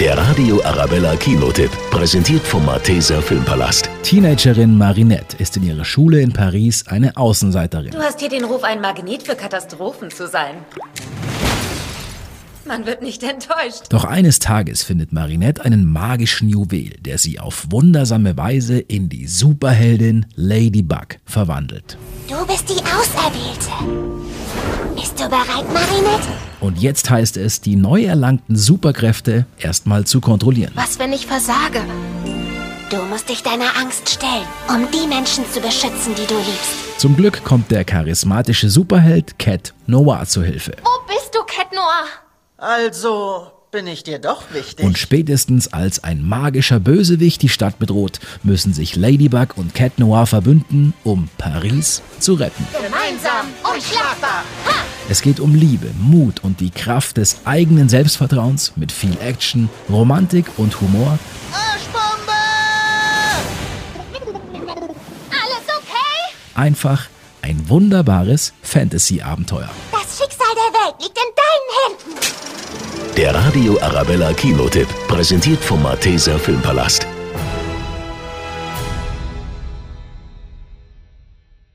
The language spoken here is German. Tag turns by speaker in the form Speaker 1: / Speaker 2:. Speaker 1: Der Radio Arabella Kinotipp, präsentiert vom Malteser Filmpalast.
Speaker 2: Teenagerin Marinette ist in ihrer Schule in Paris eine Außenseiterin.
Speaker 3: Du hast hier den Ruf, ein Magnet für Katastrophen zu sein. Man wird nicht enttäuscht.
Speaker 2: Doch eines Tages findet Marinette einen magischen Juwel, der sie auf wundersame Weise in die Superheldin Ladybug verwandelt.
Speaker 4: Du bist die Auserwählte. Bist du bereit, Marinette?
Speaker 2: Und jetzt heißt es, die neu erlangten Superkräfte erstmal zu kontrollieren.
Speaker 4: Was, wenn ich versage? Du musst dich deiner Angst stellen, um die Menschen zu beschützen, die du liebst.
Speaker 2: Zum Glück kommt der charismatische Superheld Cat Noir zu Hilfe.
Speaker 4: Wo bist du, Cat Noir?
Speaker 5: Also bin ich dir doch wichtig.
Speaker 2: Und spätestens als ein magischer Bösewicht die Stadt bedroht, müssen sich Ladybug und Cat Noir verbünden, um Paris zu retten.
Speaker 4: Gemeinsam unschlagbar.
Speaker 2: Es geht um Liebe, Mut und die Kraft des eigenen Selbstvertrauens mit viel Action, Romantik und Humor,
Speaker 5: Arschbombe!
Speaker 4: Alles okay?
Speaker 2: einfach ein wunderbares Fantasy-Abenteuer.
Speaker 4: Das Schicksal der Welt liegt in deinen Händen.
Speaker 1: Der Radio Arabella Kinotipp, präsentiert vom Malteser Filmpalast.